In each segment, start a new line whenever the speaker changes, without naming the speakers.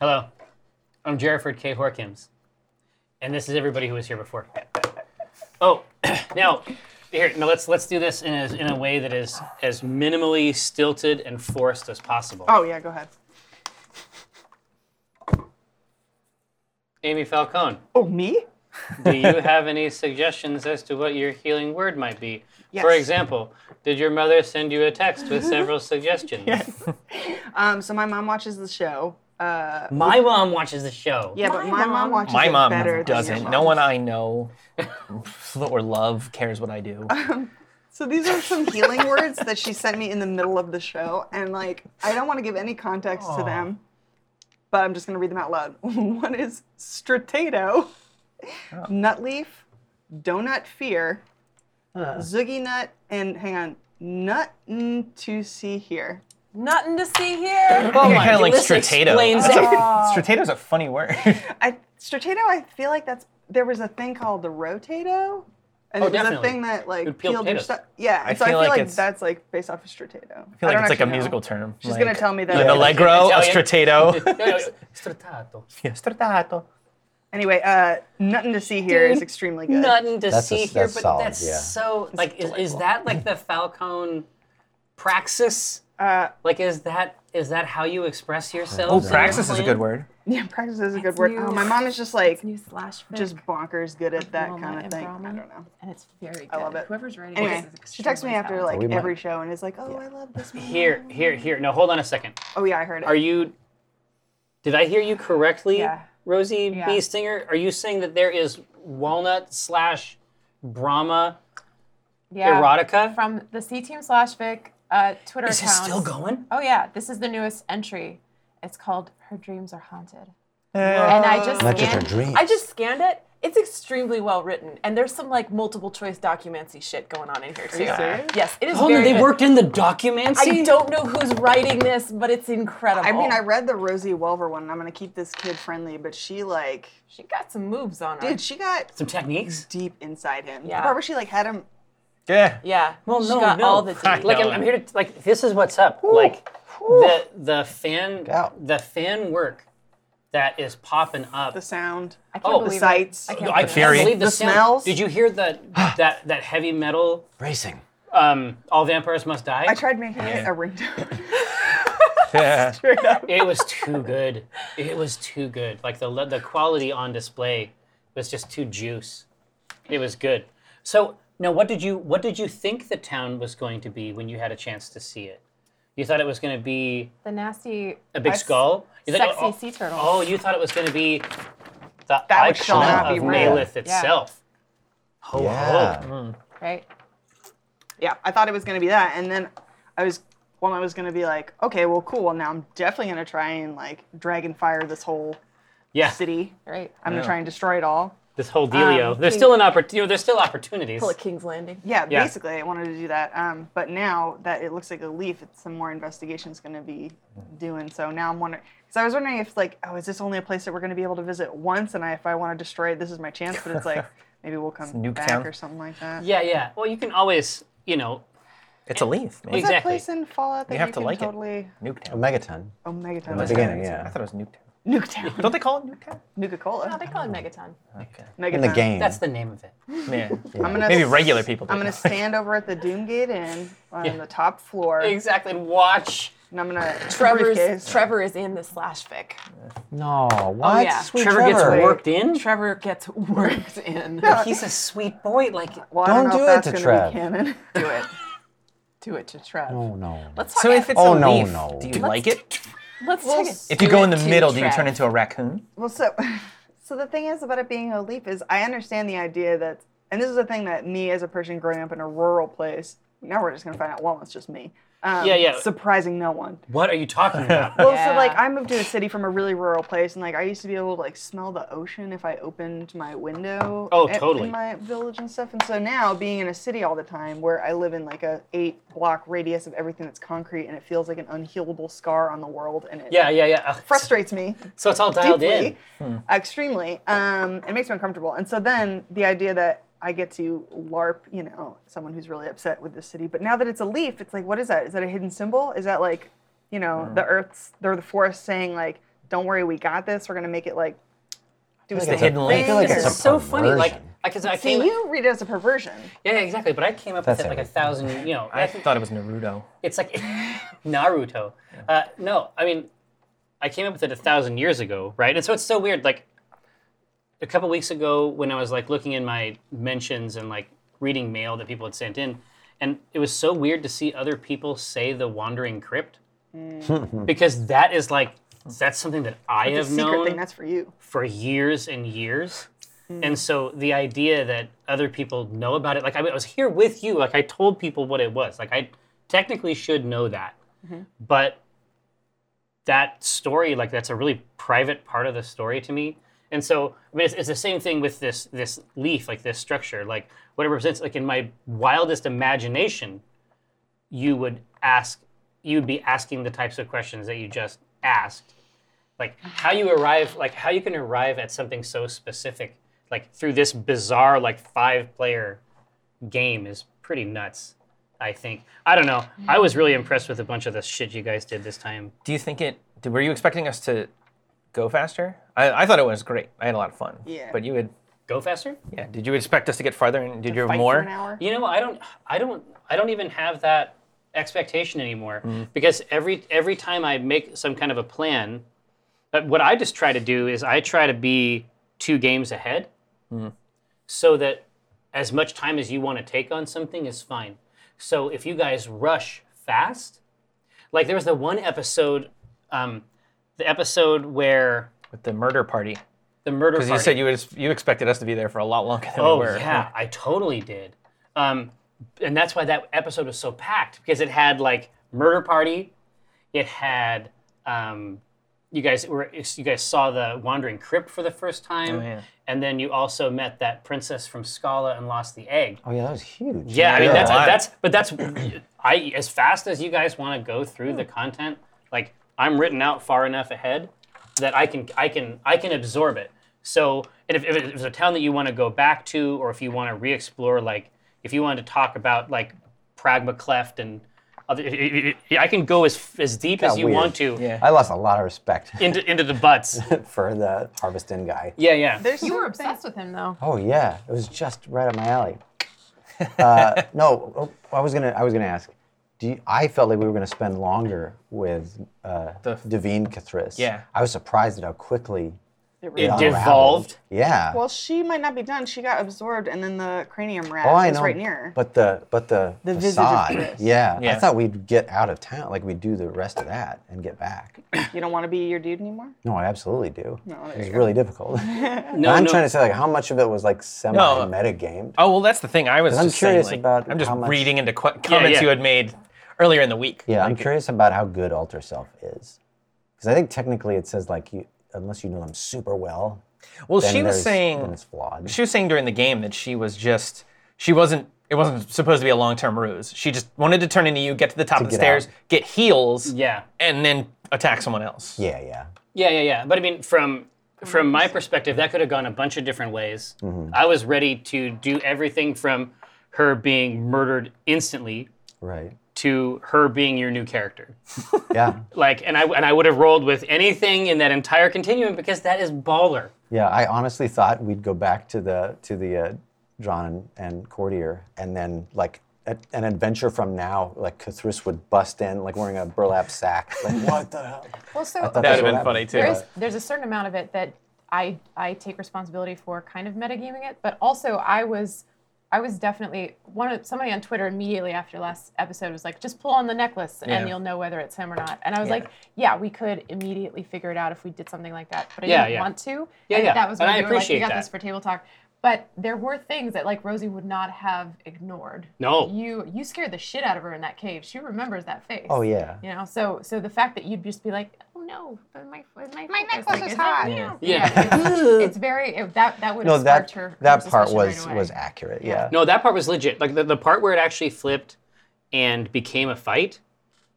Hello, I'm Jerriford K. Horkins, and this is everybody who was here before. Oh, now here, now let's let's do this in a, in a way that is as minimally stilted and forced as possible.
Oh yeah, go ahead.
Amy Falcone,
Oh me?
do you have any suggestions as to what your healing word might be?
Yes.
For example, did your mother send you a text with several suggestions?
Um, so my mom watches the show. Uh,
My mom watches the show.
yeah, but my mom watches
My
it
mom
better than
doesn't.
your
No
mom.
one I know or love cares what I do.
So these are some healing words that she sent me in the middle of the show, and like I don't want to give any context to them, but I'm just gonna read them out loud. one is stratato,
Oh.
nut leaf, donut fear, zoogie nut, and hang on, nothing to see here.
Nothing to see here.
Oh kind of like
This
stratato.
explains
Stratato's a funny word.
I Stratato, I feel like that's there was a thing called the rotato, and
Oh,
it was
definitely.
a thing that like
would peel
peeled your
potatoes.
stuff. Yeah, and so
feel
I
like
feel like,
it's-
that's like based off of Stratato.
I feel like it's like a musical term.
She's gonna tell me that
An
it's-
allegro, a
Italian.
stratato.
No, no, Stratato.
Yeah, stratato.
Anyway, uh, nothing to see here is
Dude,
extremely good.
nothing to
That's a-
see here,
that's
but
solid,
that's
yeah.
so like is, is that like the Falcone praxis?
Uh,
Like is that is that how you express
Oh,
yourself? in your
praxis is a
plan?
good word.
yeah, practice is a good word.
new.
Oh, my mom is just like
New slash fic.
just bonkers good at that
Wilma
kind of
and
thing.
Brahma.
I don't know.
and it's very good.
I love it.
Whoever's writing
Anyway,
this is
she texts me after
extremely
like
we might-
every show and is like, "Oh, I love this." Movie.
Here, here, here. No, hold on a second.
Oh yeah, I heard it.
Are you? Did I hear you correctly,
Yeah.
Rosie B.
Yeah.
Stinger? Are you saying that there is walnut slash Brahma
talented. yeah.
erotica?
from the C Team slash Vic uh, Twitter
Is
account.
this still going?
Oh yeah, this is the newest entry. It's called "Her Dreams Are Haunted," and I just
Not
scanned.
just her dreams.
I just scanned it. It's extremely well written, and there's some like multiple choice documenty shit going on in here too.
serious?
Yes, it is.
Hold on,
very
Oh, they
good.
worked in the documents.
I don't know who's writing this, but it's incredible.
I mean, I read the Rosie Welver one, and I'm gonna keep this kid friendly, but she like,
she got some moves on her.
dude, she got
Some techniques.
deep inside him.
Yeah.
Remember, she like had him.
Yeah.
yeah,
Well,
she
no,
got
no.
all the
I
deep.
Like I'm,
know.
I'm here to like this is what's up. Like the the fan
out.
the fan work that is popping up.
The sound,
I can't
Oh,
believe
the
it.
sights.
I can't
I
believe it.
can't
Fury.
believe the,
The
sound.
smells.
Did you hear that that that heavy metal?
Racing.
Um, All vampires must die.
I tried making it a ringtone.
Yeah.
It was too good. It was too good. Like the le- the quality on display was just too juice. It was good. So now, what did you what did you think the town was going to be when you had a chance to see it? You thought it was going to be
the nasty
a big skull. You thought-
sexy
oh,
sea turtle.
Oh, you thought it was going to be the
That would
icon
shall not
of
be real.
Malith itself. Ho
Yeah.
ho.
right?
yeah, I thought it was gonna be that, and then I was, well, I was gonna be like, okay, well, cool. Well, now I'm definitely gonna try and like dragon fire this whole
Yeah,
city.
Right.
I'm gonna try and destroy it all.
this whole dealio. there's still an opportunity. You know, there's still opportunities.
Pull a King's Landing.
Yeah,
Yeah.
basically, I wanted to do that. Um, but now that it looks like a leaf, it's some more investigation's going to be doing. So now I'm wondering, because I was wondering if like, oh, is this only a place that we're going to be able to visit once, and I, if I want to destroy it, this is my chance. But it's like maybe we'll come
nuke
back
town.
or something like that.
Yeah, yeah. Well, you can always, you know,
It's a leaf, man.
Is that
Exactly.
place in Fallout that you,
have to
can
like it.
totally
A
Nuketown.
megaton.
Omega
In
Town?
the beginning, yeah.
I thought it was Nuketown.
Nuketown,
Don't they call it Nuketown?
Nuka
No,
Cola,
they call it Megaton.
Okay.
Mega
In the
Town.
game.
that's the name of it.
Yeah.
I'm gonna
Maybe
s-
regular people.
I'm
do.
gonna stand over at the Doomgate Inn on the top floor,
Exactly. Watch.
and I'm gonna
Trevor's,
briefcase.
Trevor is in the slash fic.
No, what?
yeah.
Sweet
Trevor, gets worked in.
Trevor gets worked in.
He's a sweet boy. Like,
Well, I don't,
Don't
know
do
if
it
that's
to
gonna be
Trev.
canon.
do it. Do it to Trev.
Oh no.
Let's
So if it's
Oh,
a
no,
leaf,
no.
do you like it?
let's
Well,
check
s-
it.
If you go in
it
the
to
middle, do you
Trev.
turn into a raccoon?
Well, so, so the thing is about it being a leap is I understand the idea that, and this is the thing that me as a person growing up in a rural place. Now we're just gonna find out. Well, it's just me. Um,
Yeah, yeah.
Surprising no one.
what are you talking about?
Well, so like
Yeah.
I moved to a city from a really rural place, and like I used to be able to like smell the ocean if I opened my window.
Oh,
at-
totally.
In my village and stuff, and so now being in a city all the time, where I live in like a eight block radius of everything that's concrete, and it feels like an unhealable scar on the world, and it
yeah, yeah, yeah. Ugh,
frustrates me
So it's all dialed in.
deeply, extremely. Um, it makes me uncomfortable. And so then the idea that I get to LARP, you know, someone who's really upset with the city. But now that it's a leaf, it's like, what is that? Is that a hidden symbol? Is that like, you know, the earth's or the forest saying like, don't worry, we got this. We're gonna make it like do
Like
a
it's a-
hidden link.
I feel like
This
it's a
is so funny. Like
perversion.
I, cause I
See,
came,
you read it as a perversion.
yeah, yeah, exactly. But I came up
That's
with it like a
everything.
thousand. You know,
I thought it was Naruto.
it's like Naruto. Uh, no, I mean, I came up with it a thousand years ago, right? And so it's so weird. Like a couple weeks ago, when I was like looking in my mentions and like reading mail that people had sent in, and it was so weird to see other people say the Wandering Crypt, because that is like that's something that I
It's Hmm. a
have
secret
known
thing. That's for you.
for years and years. And so the idea that other people know about it, like I was here with you, like I told people what it was. Like I technically should know that. But that story, like that's a really private part of the story to me. And so I mean, it's, it's the same thing with this this leaf, like this structure, like what it represents. Like in my wildest imagination, you would ask, you'd be asking the types of questions that you just asked like how you arrive like how you can arrive at something so specific like through this bizarre like five player game is pretty nuts i think i don't know i was really impressed with a bunch of the shit you guys did this time
Do you think it? Did, were you expecting us to go faster? I, I thought it was great. I had a lot of fun.
Yeah.
But you would.
go faster
Yeah. Did you expect us to get farther? And did you
Fight
have
for an
more?
hour.
you know i don't i don't i don't even have that expectation anymore
Mm-hmm.
because every every time i make some kind of a plan but what i just try to do is i try to be two games ahead
Mm-hmm.
so that as much time as you want to take on something is fine so if you guys rush fast like there was the one episode um, the episode where
With the murder party.
the murder
Because you
party-
said you was, you expected us to be there for a lot longer than
Oh
we were.
yeah, I totally did. Um, and that's why that episode was so packed because it had like murder party, it had um, you guys were you guys saw the wandering crypt for the first time,
Oh, yeah.
and then you also met that princess from Scala and lost the egg.
Oh yeah, that was huge.
Yeah, I mean
Yeah.
that's
Why?
that's but that's I as fast as you guys want to go through the content, like I'm written out far enough ahead that I can I can I can absorb it. So and if, if it's a town that you want to go back to, or if you want to re-explore, like if you wanted to talk about like Pragma Cleft and other, I- I- I I can go as as deep as
Got
you
weird.
want to
Yeah.
I lost a lot of respect
into into the butts.
for the Harvest Inn guy.
Yeah, yeah.
There's
You were
certain things-
obsessed with him, though.
Oh yeah, it was just right up my alley. Uh, no, oh, I was gonna. I was gonna ask. Do you, I felt like we were gonna spend longer with uh,
The-
Devine Cathris.
Yeah.
I was surprised at how quickly.
It
unraveled.
devolved.
Yeah.
Well, she might not be done. She got absorbed, and then the cranium rat
oh, I
was
know.
right near. her.
But the but the,
The visage of
facade.
Chris.
yeah, I
Yeah.
thought we'd get out of town. Like we'd do the rest of that and get back.
you don't want to be your dude anymore.
No, I absolutely do.
No, there
it was
you go.
really difficult.
No,
I'm
no.
trying to say like how much of it was like semi
No.
metagamed.
Oh well, that's the thing. I was.
'Cause I'm
just saying,
curious
like,
about
I'm just
how much-
reading into qu- comments
yeah.
you had made earlier in the week.
Yeah, I'm curious about how good alter self is, because I think technically it says like you unless you know them super well.
Well,
Then
she was
there's-
saying
then it's flawed.
she was saying during the game that she was just she wasn't it wasn't supposed to be a long term ruse. She just wanted to turn into you, get to the top of the
get
stairs,
out.
get heals,
Yeah.
and then attack someone else.
yeah, yeah.
Yeah, yeah, yeah. But I mean, from from my perspective, that could have gone a bunch of different ways. I was ready to do everything from her being murdered instantly
Right.
to her being your new character.
Yeah.
Like, and I and I would have rolled with anything in that entire continuum because that is baller.
yeah. I honestly thought we'd go back to the to the uh, John and Courtier, and then like a, an adventure from now, like Cthulhu would bust in, like wearing a burlap sack. Like what the hell?
Well, so
thought
That
That's
would have been
what
funny
happened.
too.
there's there's a certain amount of it that I I take responsibility for kind of metagaming it, but also I was I was definitely one of somebody on Twitter immediately after last episode was like, just pull on the necklace and
Yeah.
you'll know whether it's him or not. And I was like, yeah, we could immediately figure it out if we did something like that, but I
Yeah,
didn't
yeah.
want to.
Yeah,
and
yeah,
That was
and
when
I
we were like,
appreciate
we got
that.
this for table talk. But there were things that like Rosie would not have ignored.
No.
You you scared the shit out of her in that cave. She remembers that face.
Oh yeah.
You know, so so the fact that you'd just be like, oh no, but my but my
My
necklace
necklace
like,
is
it
hot."
real?"
Yeah.
it's, it's very it, that that would
No,
have
that
sparked her.
that
her
part
suspicion
was
right away.
was accurate.
Yeah.
Yeah.
No, that part was legit. Like the, the part where it actually flipped and became a fight.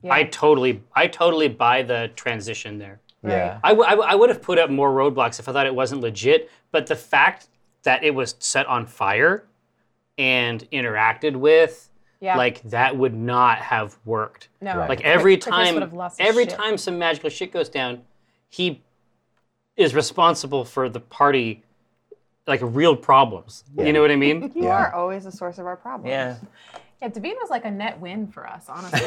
Yeah.
I totally, I totally buy the transition there.
yeah.
I, w- I, w- I would have put up more roadblocks if I thought it wasn't legit, but the fact that it was set on fire and interacted with,
Yeah.
like that would not have worked.
no,
Right.
Like every
Chris
time,
would have lost his
every
shit.
time some magical shit goes down, he is responsible for the party, like real problems.
Yeah.
You know what I mean?
You
Yeah.
are always the source of our problems.
Yeah.
Yeah, Davina was like a net win for us, honestly.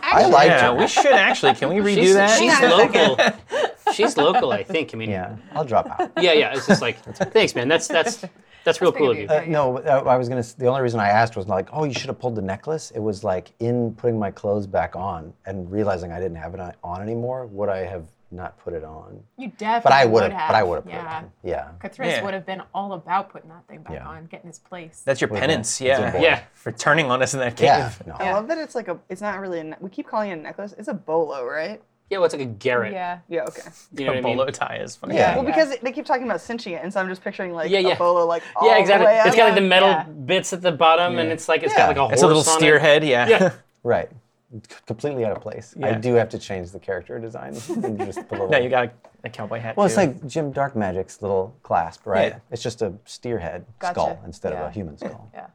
I liked
yeah,
her.
we should actually. Can we redo that?
She's
Yeah.
local. she's local, I think. I mean, yeah,
Yeah, I'll drop out.
yeah. It's just like, thanks, man. That's that's that's real
big
cool
of
of
you.
you.
Uh, no, uh, I was gonna. s- The only reason I asked was not like, oh, you should have pulled the necklace. It was like in putting my clothes back on and realizing I didn't have it on- on anymore. Would I have not put it on?
you definitely
But I would
would
have. But I would have put
Yeah.
it on. Yeah.
Kathris
Yeah.
would have been all about putting that thing back
Yeah.
on, getting his place.
That's your
Wait,
penance,
that's
yeah.
a boy.
Yeah.
For turning on us in that cave.
Yeah. No.
I love that it's like a. It's not really. A, ne- we keep calling it a necklace. It's a bolo, right?
Yeah, well, it's like a garret.
Yeah.
Yeah. Okay.
You know
a
what I mean?
bolo tie is funny.
Yeah.
Well, because they keep talking about cinching it, and so I'm just picturing like
Yeah, yeah.
a bolo, like all
Yeah,
The
exactly.
way up.
It's got like the metal
Yeah.
bits at the bottom, and it's like it's
Yeah.
got like a horse
It's a little
on
steer
it.
head, yeah.
Yeah.
Right. C- completely out of place. I
Yeah.
do have to change the character design. and just put a
no,
little-
you got a, a cowboy hat.
Well, it's
too.
like Jim Dark Magic's little clasp, right?
Yeah.
It's just a steer head
Gotcha.
skull instead
Yeah.
of a human skull.
Yeah.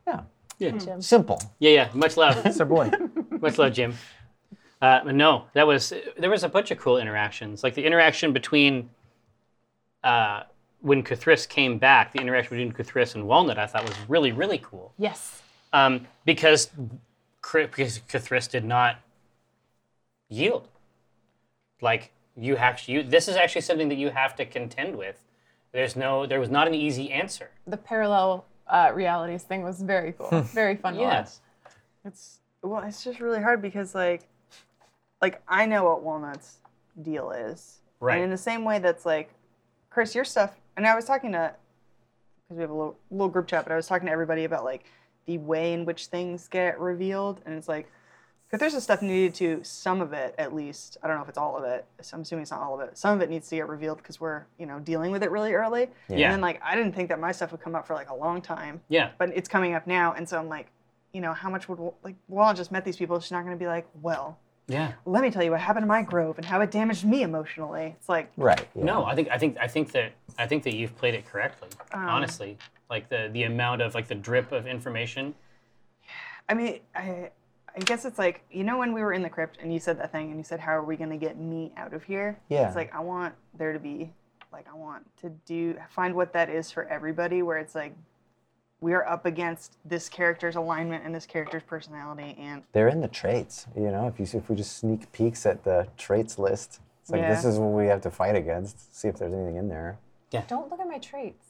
Yeah. Mm-hmm.
Yeah.
Simple.
yeah, yeah. Much love,
it's a boy.
much love, Jim. Uh, no, that was there was a bunch of cool interactions, like the interaction between uh, when Kuthris came back. The interaction between Kuthris and Walnut, I thought was really really cool
Yes.
um, because Cri- because Kuthris did not yield. Like you have you this is actually something that you have to contend with. There's no there was not an easy answer.
The parallel uh, realities thing was very cool. very fun to watch.
It's well, it's just really hard because like, like I know what Walnut's deal is,
Right.
And in the same way that's like, Chris, your stuff. And I was talking to, because we have a little, little group chat, but I was talking to everybody about like the way in which things get revealed, and it's like. Cthulhu's stuff needed to some of it at least. I don't know if it's all of it. So I'm assuming it's not all of it. Some of it needs to get revealed because we're you know dealing with it really early.
Yeah.
And then like I didn't think that my stuff would come up for like a long time
Yeah.
but it's coming up now, and so I'm like, you know, how much would Wa- like Wall just met these people? She's not going to be like, well,
Yeah.
let me tell you what happened to my grove and how it damaged me emotionally. It's like,
Right. yeah.
No, I think I think I think that I think that you've played it correctly.
Um.
honestly, like the the amount of like the drip of information.
I mean, I, I guess it's like, you know, when we were in the crypt and you said that thing, and you said, how are we going to get me out of here?
Yeah.
It's like I want there to be, like, I want to do find what that is for everybody, where it's like. We are up against this character's alignment and this character's personality, and
They're in the traits. You know, if you see- if we just sneak peeks at the traits list, it's like
Yeah.
this is what we have to fight against. See if there's anything in there.
Don't look at my traits.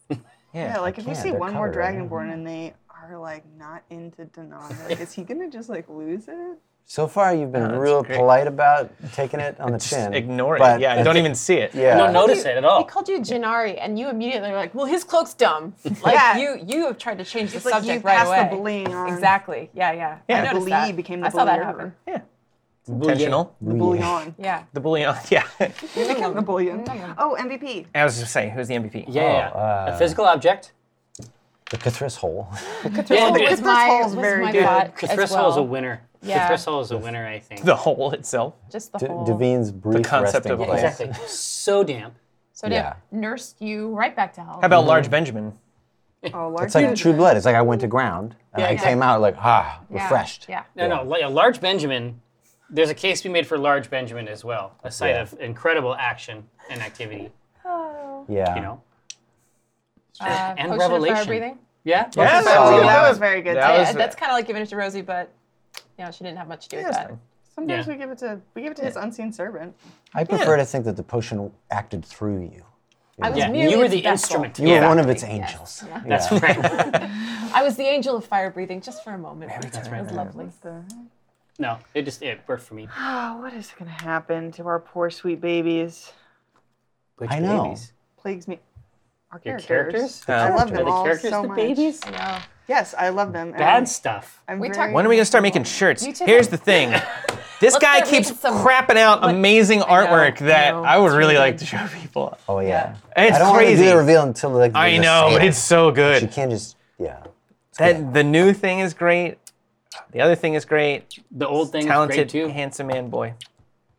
Yeah, like if you
can't.
see
They're
one more
covered right Mm-hmm. now.
dragonborn and they are like not into Denali, like is he gonna just like lose it?
So far, you've been
Oh, that's
real
great.
polite about taking it on the
Just
chin.
ignore it.
but
Yeah,
it's-
don't even see it.
Yeah.
Don't notice it at all.
He called you Janari, and you immediately were like, "Well, his cloak's dumb." Like
Yeah.
you, you have tried to change the
like
subject
you
right
passed
away.
the bullying on.
Exactly. Yeah, yeah.
Yeah.
I noticed
Bully
that.
became the
I saw that
bullier.
happen.
Intentional.
The bullion.
Yeah.
The bullion. Yeah.
the bullion.
Mm-hmm.
Oh, MVP.
I was just saying, who's the MVP?
Yeah, yeah, yeah. a physical object.
The Cathris hole.
Oh,
Yeah,
Oh,
dude,
It was
Chris
my,
Hall's
was
very
my
good.
thought
Cthulhu
as well.
is a winner.
Yeah.
Cthulhu is a winner, I think.
The hole itself.
Just the
D-
Oh.
whole.
Devine's brief
concept
resting
of- Yeah,
place.
exactly. so damp.
so they
Yeah.
nursed you right back to health.
How
Mm-hmm.
about Large Benjamin?
Oh, large.
It's like True
gentleman.
Blood. It's like I went to ground and I
yeah.
came out like ah,
Yeah,
refreshed.
Yeah.
No, no, like a large Benjamin. There's a case to be made for large Benjamin as well, a site
Yeah.
of incredible action and activity.
Oh.
Yeah.
You know.
Uh,
And
potion of
revelation.
Fire breathing.
Yeah.
Yeah,
That was-
Oh,
that
yeah.
was very good.
That
too.
was-
Yeah, that's kind of like giving it to Rosie, but you know she didn't have much to do with
it's
that.
fine.
Sometimes
Yeah.
we give it to we give it to his unseen servant.
I prefer to think that the potion acted through you.
I was
Yeah,
merely
you were
its
the
vessel.
instrument.
You were one of its
Yes,
angels.
yeah.
That's
Yeah.
right.
I was the angel of fire breathing just for a moment. That's It was lovely.
The-
No, it just it worked for me.
Oh, what is gonna happen to our poor sweet babies?
Which
I know.
babies?
Plagues me. Our
Your
characters.
characters?
I
Um,
love
Are
them
the
all
characters
so
the
much.
babies?
I know.
Yes, I love them. and I'm-
Bad stuff.
I'm
We talk-
very-
Why
When are we gonna start making shirts?
You two
Here's
don't-
the thing. This
Let's
guy
start
keeps
making some-
crapping out amazing artwork
I
that
know.
I would
It's
really
really
like
good.
to show people.
Oh yeah.
It's
I don't want to
crazy.
do the reveal until like.
I
there's a
know, but
sale.
it's so
You
good.
can't just yeah.
That the new thing is great. The other thing is great.
The old thing
Talented,
is great too.
handsome man boy.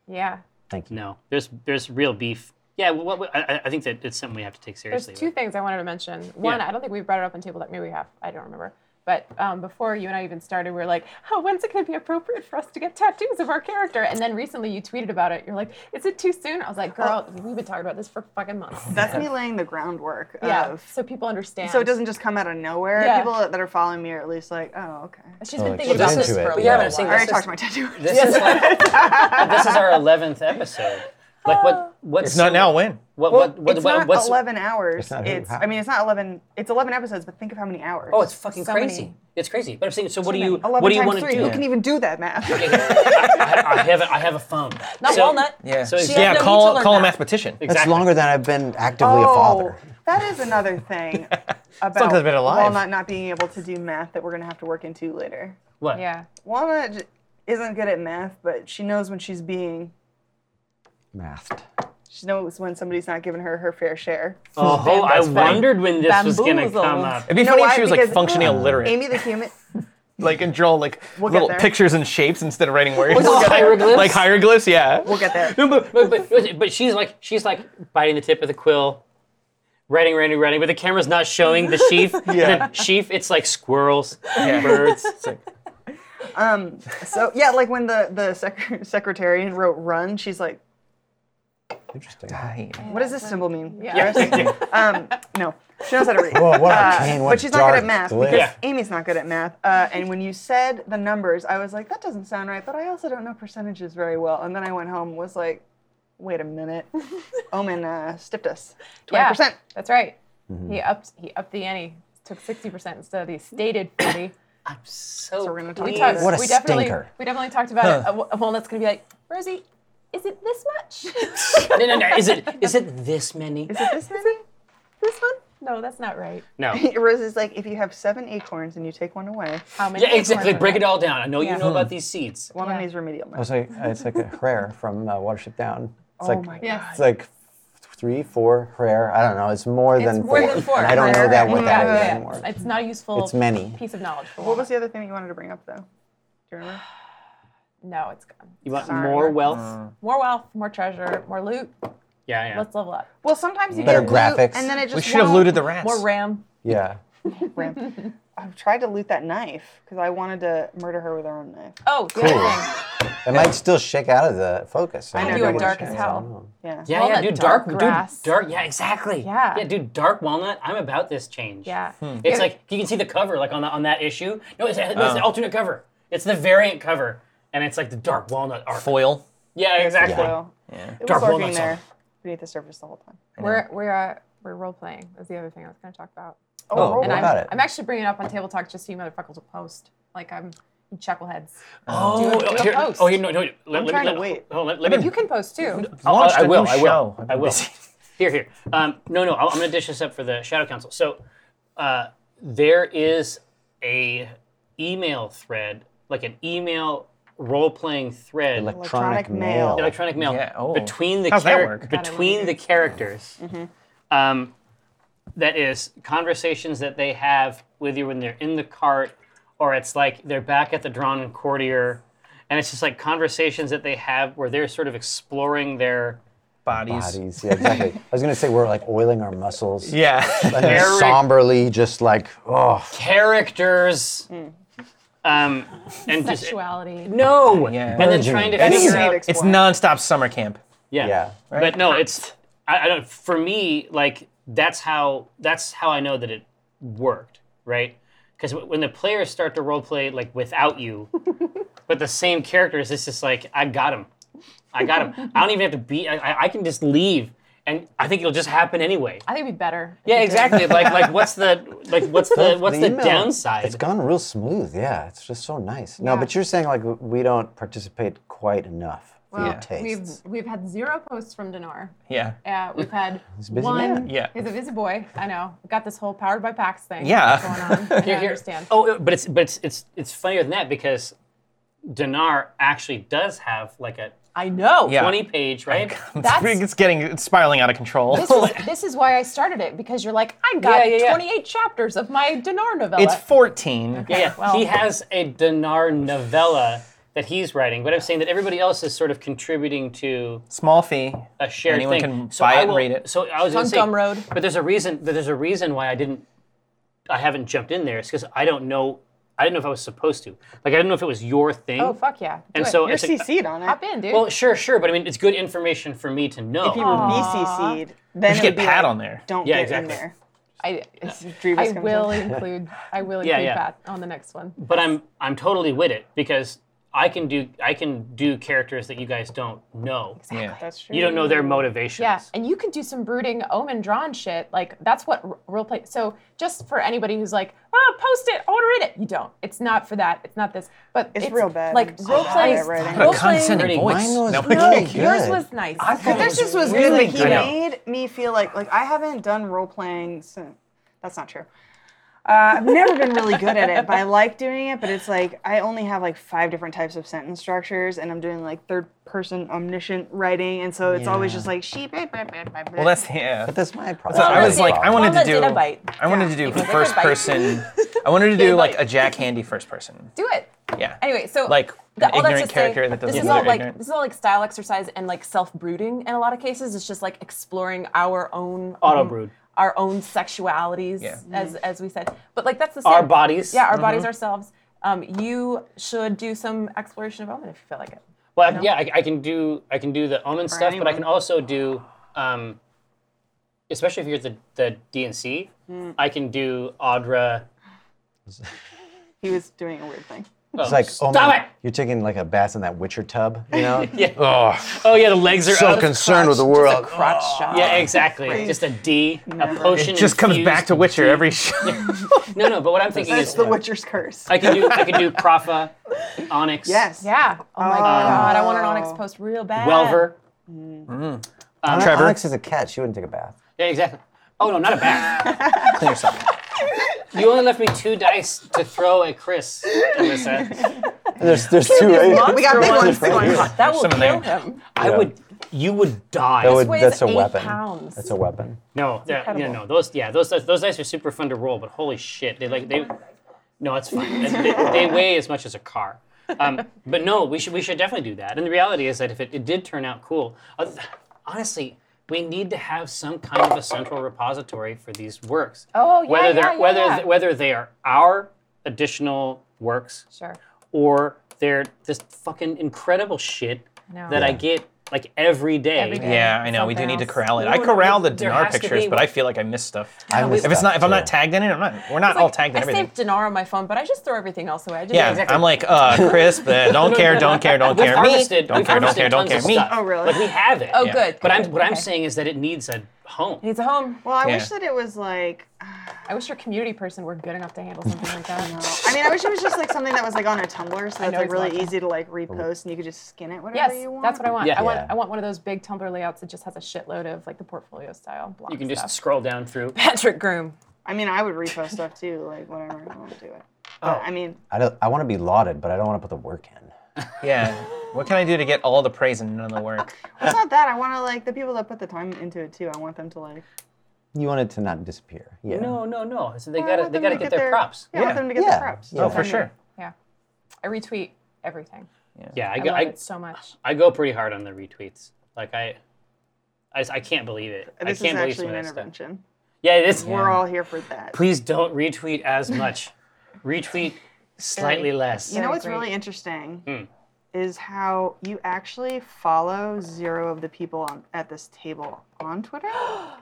Yeah.
Thank you.
no, there's there's real beef. Yeah, well, what, what- I, I think that it's something we have to take
There's
seriously.
two things I wanted to mention. One,
Yeah.
I don't think we brought it up on table that maybe we have. I don't remember. But um, before you and I even started, we were like, oh, when's it going to be appropriate for us to get tattoos of our character? And then recently you tweeted about it. You're like, is it too soon? I was like, girl, we've been talking about this for fucking months.
That's me laying the groundwork.
yeah.
Of,
So people understand.
so it doesn't just come out of nowhere.
Yeah.
People that are following me are at least like, oh, okay.
She's
Oh,
been
like,
thinking
she's
about this
into
for
it,
a little
yeah. Yeah, but
while.
I'm saying
I already
This
talked
is-
to my tattooer.
This is like this is our eleventh episode. Like what? What's
It's not now. When?
What?
Well,
What? what,
it's
what
not
what's,
11 hours. It's,
not who- how-
I mean, it's not 11. It's 11 episodes, but think of how many hours.
Oh, it's fucking
So
crazy.
many.
It's crazy. But I'm saying, so what do
many.
you?
11
What do you
times
want to
three.
do?
Who can even do that math?
I, I have a, I have a phone.
Not
So-
walnut.
Yeah.
So it's-
no
yeah.
need to
Call
learn
call a
that.
mathematician.
Exactly.
That's longer than I've been actively a
oh,
father.
that is another thing about
Fuck, I've been alive.
Walnut not being able to do math that we're going to have to work into later.
What?
Yeah.
Walnut j- isn't good at math, but she knows when she's being.
Mathed.
She knows when somebody's not giving her her fair share.
Oh, I wondered when this was gonna come
Bamboozled.
up.
It'd be
You know
funny if
why?
she was like
Because-
functionally illiterate,
Amy the human.
like and draw like
get
little
there.
pictures and shapes instead of writing words,
Those hieroglyphs.
like hieroglyphs. Yeah.
We'll get there.
No, but-
but, but, but she's like she's like biting the tip of the quill, writing, writing, writing. But the camera's not showing the sheaf. And then sheaf, it's like squirrels, birds.
So yeah, like when the the sec- secretarian wrote "run," she's like,
Interesting.
"What does this symbol mean?"
Yeah.
Um, no, she knows how to read.
Whoa, what a
Uh,
chain, what
but she's not good at
dark
math
glyph.
because
Yeah.
Amy's not good at math. Uh, and when you said the numbers, I was like, that doesn't sound right. But I also don't know percentages very well. And then I went home and was like, wait a minute, Omen uh, stiffed us twenty
Yeah,
percent.
That's right.
Mm-hmm.
He upped he upped the ante. Took sixty percent instead of the stated forty.
I'm so.
So we're gonna talk
We
about
talked.
it.
What a
we definitely,
stinker.
We definitely talked about it. A, wa- a walnut's gonna be like, Rosie, is it this much?
No, no, no. Is it is it this many?
Is it this many?
this one? No, that's not right.
No.
Rose is like, if you have seven acorns and you take one away,
How many?
Yeah, exactly.
acorns are
Break it
there?
all down. I know you
Yeah. Hmm.
know about these seeds.
one of
Yeah.
these remedial math.
It's like it's like a prayer from uh, Watership Down. It's
Oh
like
my
Yes.
it's like three, four prayer. I don't know. It's more
It's
than
more
four.
than four.
And I don't know that what that
Yeah,
is
yeah.
anymore.
It's not a useful.
It's many.
piece of knowledge. For
What was the other thing that you wanted to bring up though? Do you remember?
No, it's gone.
You want
Sorry.
more wealth?
More wealth, more treasure, more loot.
Yeah, yeah.
Let's level up.
Well, sometimes you
Better
get loot,
graphics.
and then it just
We should have
won't-
looted the rats.
More ram.
Yeah.
Ram. I've tried to loot that knife because I wanted to murder her with her own knife.
Oh, the other thing.
It might still shake out of the focus. I
know,
mean,
you are
it
dark
shakes.
as hell.
I don't know.
Yeah.
yeah,
All
yeah,
that
dude.
dark
Dark, dude.
grass.
Dark. Yeah, exactly.
Yeah.
Yeah, dude. Dark walnut. I'm about this change.
Yeah.
Hmm.
It's like you can see the cover, like on the, on that issue. No, it's, no, it's the alternate cover. It's the variant cover, and it's like the dark walnut arc.
Foil.
Yeah, exactly.
So it
Dark
was lurking
walnuts
there
on.
beneath the surface the whole time.
We're we're uh, we're role playing. That's the other thing I was going to talk about.
Oh,
roll
what
I'm,
one.
about it?
I'm actually bringing it up on table talk just so you motherfuckers will post. Like I'm you chuckleheads.
Oh,
Do a- do a
here-
post.
oh, here, no, no. Let,
I'm
let,
trying
let,
to wait.
Hold on, let, let me.
You can post too.
I'll-
Launched
I
a
will.
new
I
show.
will.
I've
I
been
will.
busy.
Here, here. Um, no, no. I'll, I'm going to dish this up for the Shadow Council. So, uh, there is a email thread, like an email role playing thread,
Electronic
Electronic mail.
mail.
electronic mail
Yeah, oh.
between the
How's that
charac-
work?
between the characters. Um, that is conversations that they have with you when they're in the cart, or it's like they're back at the drawn and courtier, and it's just like conversations that they have where they're sort of exploring their
Bodies.
Bodies. Yeah, exactly. I was gonna say we're like oiling our muscles.
Yeah.
And then
Eric-
somberly, just like oh,
characters. Um, and just
Sexuality.
no,
Yeah.
and then
Virgin.
trying to
That's
figure
insane.
out
Ex-
it's nonstop summer camp.
Yeah.
Yeah.
Uh,
But no, it's I, I don't for me like that's how that's how I know that it worked, right? Cuz when the players start to roleplay like without you but the same characters it's just like I got him. I got him. I don't even have to be I, I- I can just leave and I think it'll just happen anyway.
I think it'd be better. if
Yeah,
you did.
exactly. like like what's the like what's the what's the,
email,
downside?
It's gone real smooth. Yeah, it's just so nice. No, but you're saying like we don't participate quite enough for your
We've
tastes.
we've had zero posts from Dinar.
Yeah.
Yeah, we've had
a busy
one.
man.
Yeah.
he's a busy boy. I know. We've got this whole powered by Pax thing.
Yeah.
going on.
Here,
I
here.
understand.
Oh, but it's but it's it's it's funnier than that because Dinar actually does have like a
I know.
Yeah.
20 page, right?
Oh, That's-
it's getting it's spiraling out of control.
This is, this is why I started it because you're like I got
Yeah, yeah, yeah.
28 chapters of my Dinar novella.
It's 14.
Yeah, yeah.
well-
he has a Dinar novella that he's writing, but I'm saying that everybody else is sort of contributing to
Small fee.
a shared thing.
Anyone can
I
buy it and
will-
read it.
So I was
on
gonna say,
Gumroad.
But there's a reason. There's a reason why I didn't I haven't jumped in there is because I don't know. I didn't know if I was supposed to. Like I didn't know if it was your thing.
Oh fuck yeah! Do
And
it.
so
You're
it's like-
CC'd on it.
hop in, dude.
well, sure, sure, but I mean, it's good information for me to know.
If you were BCC'd, then
You
it
should
would
get
be
Pat
like,
on there.
Don't
Yeah,
get
exactly.
in there.
I,
Drew was
I
coming
will include. I will include
Yeah, yeah.
Pat on the next one.
but I'm I'm totally with it because I can do I can do characters that you guys don't know.
Yeah.
That's true.
You don't know their motivations.
Yeah, and you can do some brooding omen drawn shit. Like that's what r- role play. So just for anybody who's like, oh, post it, I want to read it. You don't. It's not for that. It's not this. But
It's real bad.
Like
I'm so
role
bad
play.
at writing.
What
Role
a
playing.
condescending voice.
Mine was
Oh, No,
really good.
Yours was nice.
thought
This just was good.
really
Like, he
good. I know.
made me feel like like I haven't done role playing since. That's not true. Uh, I've never been really good at it, but I like doing it. But it's like I only have like five different types of sentence structures, and I'm doing like third person omniscient writing, and so it's always just like sheep.
Well, that's yeah.
But that's my problem.
So I was like, I wanted to
Walnuts
do,
in a bite.
I wanted to do
Because they're
first
bite.
person. I wanted to
They
do like
bite.
a Jack Handy first person.
do it.
Yeah.
Anyway, so
Like,
the-
an
all that's
ignorant
to
character
say,
that doesn't
This is
know
all
they're
like
ignorant.
this is all like style exercise and like self brooding in a lot of cases. It's just like exploring our own um,
Auto-brood.
our own sexualities,
Yeah.
as
Mm-hmm.
as we said. But like that's the same.
Our bodies.
Yeah, our bodies ourselves. Um, you should do some exploration of omen if you feel like it.
Well, I- yeah, I, I can do I can do the Omen stuff, but I
anyone.
can also do, um, especially if you're the the DNC, I can do Audra.
He was doing a weird thing.
Oh,
It's like, oh
stop
my,
it!
you're taking like a bath in that Witcher tub, you know?
Oh yeah, the legs are
so
up.
concerned with the
Just a
world.
crotch shot.
yeah, exactly. Just a D, a potion.
It just comes back to
infused
Witcher
D.
every show.
No, no, but what I'm thinking
That's
is
the Witcher's curse.
I can do I can do Profa, Onyx,
yes.
Yeah. Oh my god, I want an onyx post real bad.
Welver.
Trevor.
Alex is a cat. She wouldn't take a bath.
Yeah, exactly. Oh no, not a bath.
Clean yourself.
you only left me two dice to throw at Chris. in this set.
There's, there's two right
We got big ones. Big ones.
That will
Some
kill
of them.
him.
I would. You would die.
That would-
weighs
that's a
eight
weapon.
pounds.
That's a weapon.
No, they're- yeah,
incredible.
no, those, yeah, those, those, those dice are super fun to roll, but holy shit, they like they. No, it's fine. They, they weigh as much as a car. Um, but no, we should we should definitely do that. And the reality is that if it, it did turn out cool, uh, honestly, we need to have some kind of a central repository for these works.
Oh, yeah,
whether they're
yeah, yeah,
whether
yeah.
th- whether they are our additional works
Sure.
or they're this fucking incredible shit
know.
that I get like every day.
Every day.
Yeah, I know. We do
Something
need to
else.
corral it.
No,
I
no,
corral the
there
dinar
has to be
pictures, but
one.
I feel like I miss stuff.
I miss
if it's
stuff,
not, if I'm not
too.
tagged in it, I'm not. We're not all tagged in
I
everything.
saved Dinar on my phone, but I just throw everything else away. I just
Yeah,
exactly.
I'm like, uh, crisp. uh, don't care, don't care, don't
We've
care. Me,
harvested-
don't
we've
care, don't
harvested
care, don't
tons
care.
of
Me.
stuff.
Oh, really?
Like we have it.
Oh,
Yeah.
good.
But I'm
good,
what I'm
okay.
saying is that it needs a home.
Needs a home.
Well, I
Yeah.
wish that it was like
I wish your community person were good enough to handle something like that.
I mean, I wish it was just like something that was like on a Tumblr, so it's
know
like really
exactly.
easy to like repost, and you could just skin it whatever
yes,
you want.
that's what I want.
Yeah.
I want.
Yeah.
I want one of those big Tumblr layouts that just has a shitload of like the portfolio style. Block
You can
stuff.
just scroll down through.
Patrick Groom.
I mean, I would repost stuff too, like whatever. I want to do it.
Oh.
But, I mean,
I, don't, I want to be lauded, but I don't want to put the work in.
Yeah. What can I do to get all the praise and none of the work?
it's not that. I want to like the people that put the time into it too. I want them to like.
You want it to not disappear. Yeah.
No, no, no. So they
I
gotta
want
they
Oh, them
gotta get
to
their, props.
Yeah, I want
Yeah.
them to get
Yeah.
their props.
Yeah.
Oh, for sure.
Yeah, I retweet everything.
Yeah, I
I
go
love
I,
it so much.
I go pretty hard on the retweets. Like I I, just- I can't believe it.
This
I can't
is
believe
actually
some
an
of that stuff.
intervention.
Yeah, it is.
We're all here for that.
Please don't retweet as much. retweet slightly less.
You know what's
great.
really interesting
Hmm.
is how you actually follow zero of the people on, at this table on Twitter.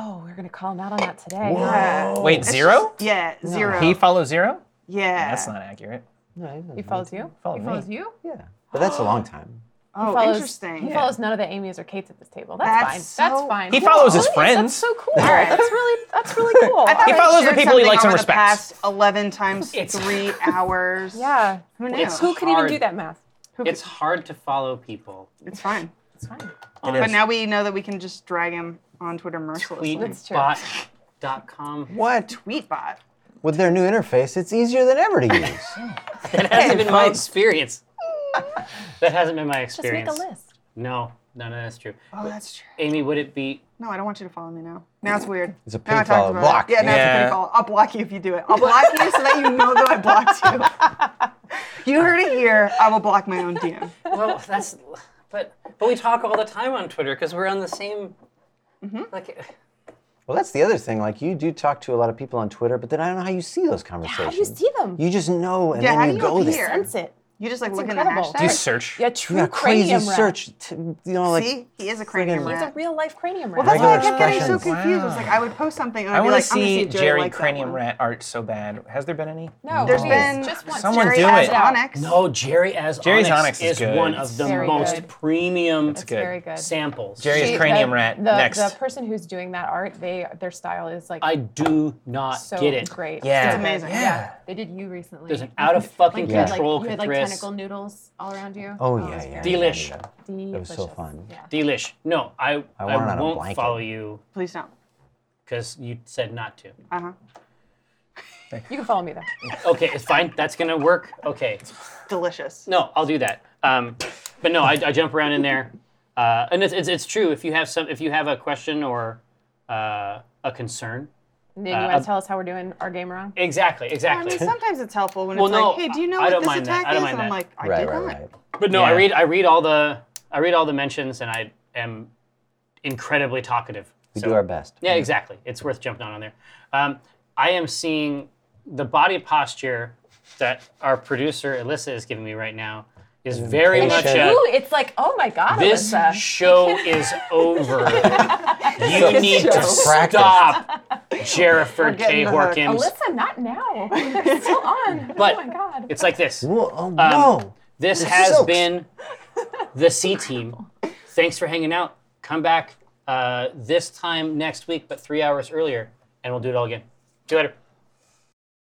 Oh, we're gonna call him out on that today.
Yeah.
Wait, zero?
Yeah, zero.
He follows zero?
yeah.
That's not accurate.
He follows you.
Follows
he
me.
follows you.
Yeah. But that's a long time.
Oh,
follows,
interesting.
He follows none of the Amy's or Kates at this table.
That's
That's,
so
fine. That's fine.
He follows his
Please,
friends.
That's so cool.
right.
That's really that's really cool.
I thought
He
I
follows the
shared
people he
something
likes and
over the
respects.
past Eleven times three hours.
yeah.
Who knew?
It's-
Who could even
Hard.
do that math?
It's hard to follow people.
It's fine.
It's fine.
But now we know that we can just drag him on Twitter mercilessly.
That's true.
Tweetbot.com.
What?
Tweetbot.
With their new interface, it's easier than ever to use.
That hasn't been my
folks.
experience. That hasn't been my
Just make
experience.
a list.
No, no, no, that's true.
Oh, that's true.
Amy, would it be?
No, I don't want you to follow me now. Now it's weird.
It's a
Now I
pig
talked
follow
about it.
block.
Yeah, now it's a
Yeah.
pig follow. I'll block you if you do it. I'll block you so that you know that I blocked you. you heard it here. I will block my own DM.
Well, that's.
Mm-hmm.
But but we talk all the time on Twitter because we're on the same. Like,
Well, that's the other thing. Like, you do talk to a lot of people on Twitter, but then I don't know how you see those conversations.
How do you see them?
You just know, and
Yeah, how do
then you,
you
go
appear?
there.
sense it.
You just like
It's
look
incredible.
at the
Do you
hashtag.
search?
Yeah, true
Yeah, crazy
cranium rat.
search. T- you know, like
See, he is a cranium
He's a
rat.
real life cranium rat.
Well, that's why I
Regular
kept getting so
expressions.
confused. It's like I would post something and I'd
I
be
want
like,
to
I'm gonna
see
Jerry,
Jerry
like that
cranium
one.
rat art so bad. Has there been any?
no,
There's
please,
been
just once.
Someone
Jerry
do
has
it.
it out.
Onyx.
No, Jerry as
Jerry's
Onyx
Onyx is
is
good.
one of the
Very
most
good.
premium
That's
It's very good.
samples.
Jerry is
She-
cranium
the-
rat.
The,
Next.
the person who's doing that art, they their style is like
I do not
so
get it.
great.
Yeah.
So
It's amazing.
good.
Yeah.
They did you recently.
There's an out of fucking
Like, you had,
control
Like, you had like
Catrice.
tentacle noodles all around you.
oh,
it
yeah,
was
yeah.
very
Delish.
yeah, yeah.
Delicious.
was so fun.
Yeah.
Delish. No, I I,
want it on a
won't
blanket.
follow you
Please don't.
because you said not to.
Uh huh.
You can follow me though.
Okay, it's fine. That's gonna work. Okay.
Delicious.
No, I'll do that. Um, but no, I, I jump around in there, uh, and it's, it's it's true. If you have some, if you have a question or uh, a concern,
And then you
Uh,
want to tell us how we're doing our game around?
exactly,
I
exactly.
mean, sometimes it's helpful when
Well,
it's
no,
like, hey, do you know
I
what
don't
this
mind that.
attack
I don't
is?
mind
and I'm
that.
like, I
Right,
did
right,
not.
right.
But no, I
Yeah.
read I read all the I read all the mentions, and I am incredibly talkative.
We
So-
do our best.
Yeah, exactly. It's worth jumping on on there. Um, I am seeing the body posture that our producer Alyssa is giving me right now is very
And
much
it's
a.
Ooh, it's like, oh my god,
This
Alyssa.
show is over. you
This
need to
show.
Practice.
stop, Jerrifer K.
getting the hook.
Horkins.
Alyssa, not now. It's still on.
But-
oh my god.
It's like this.
Whoa, oh, no.
This
This
has
sucks.
been the C team. Thanks for hanging out. Come back uh, this time next week, but three hours earlier, and we'll do it all again. See you later.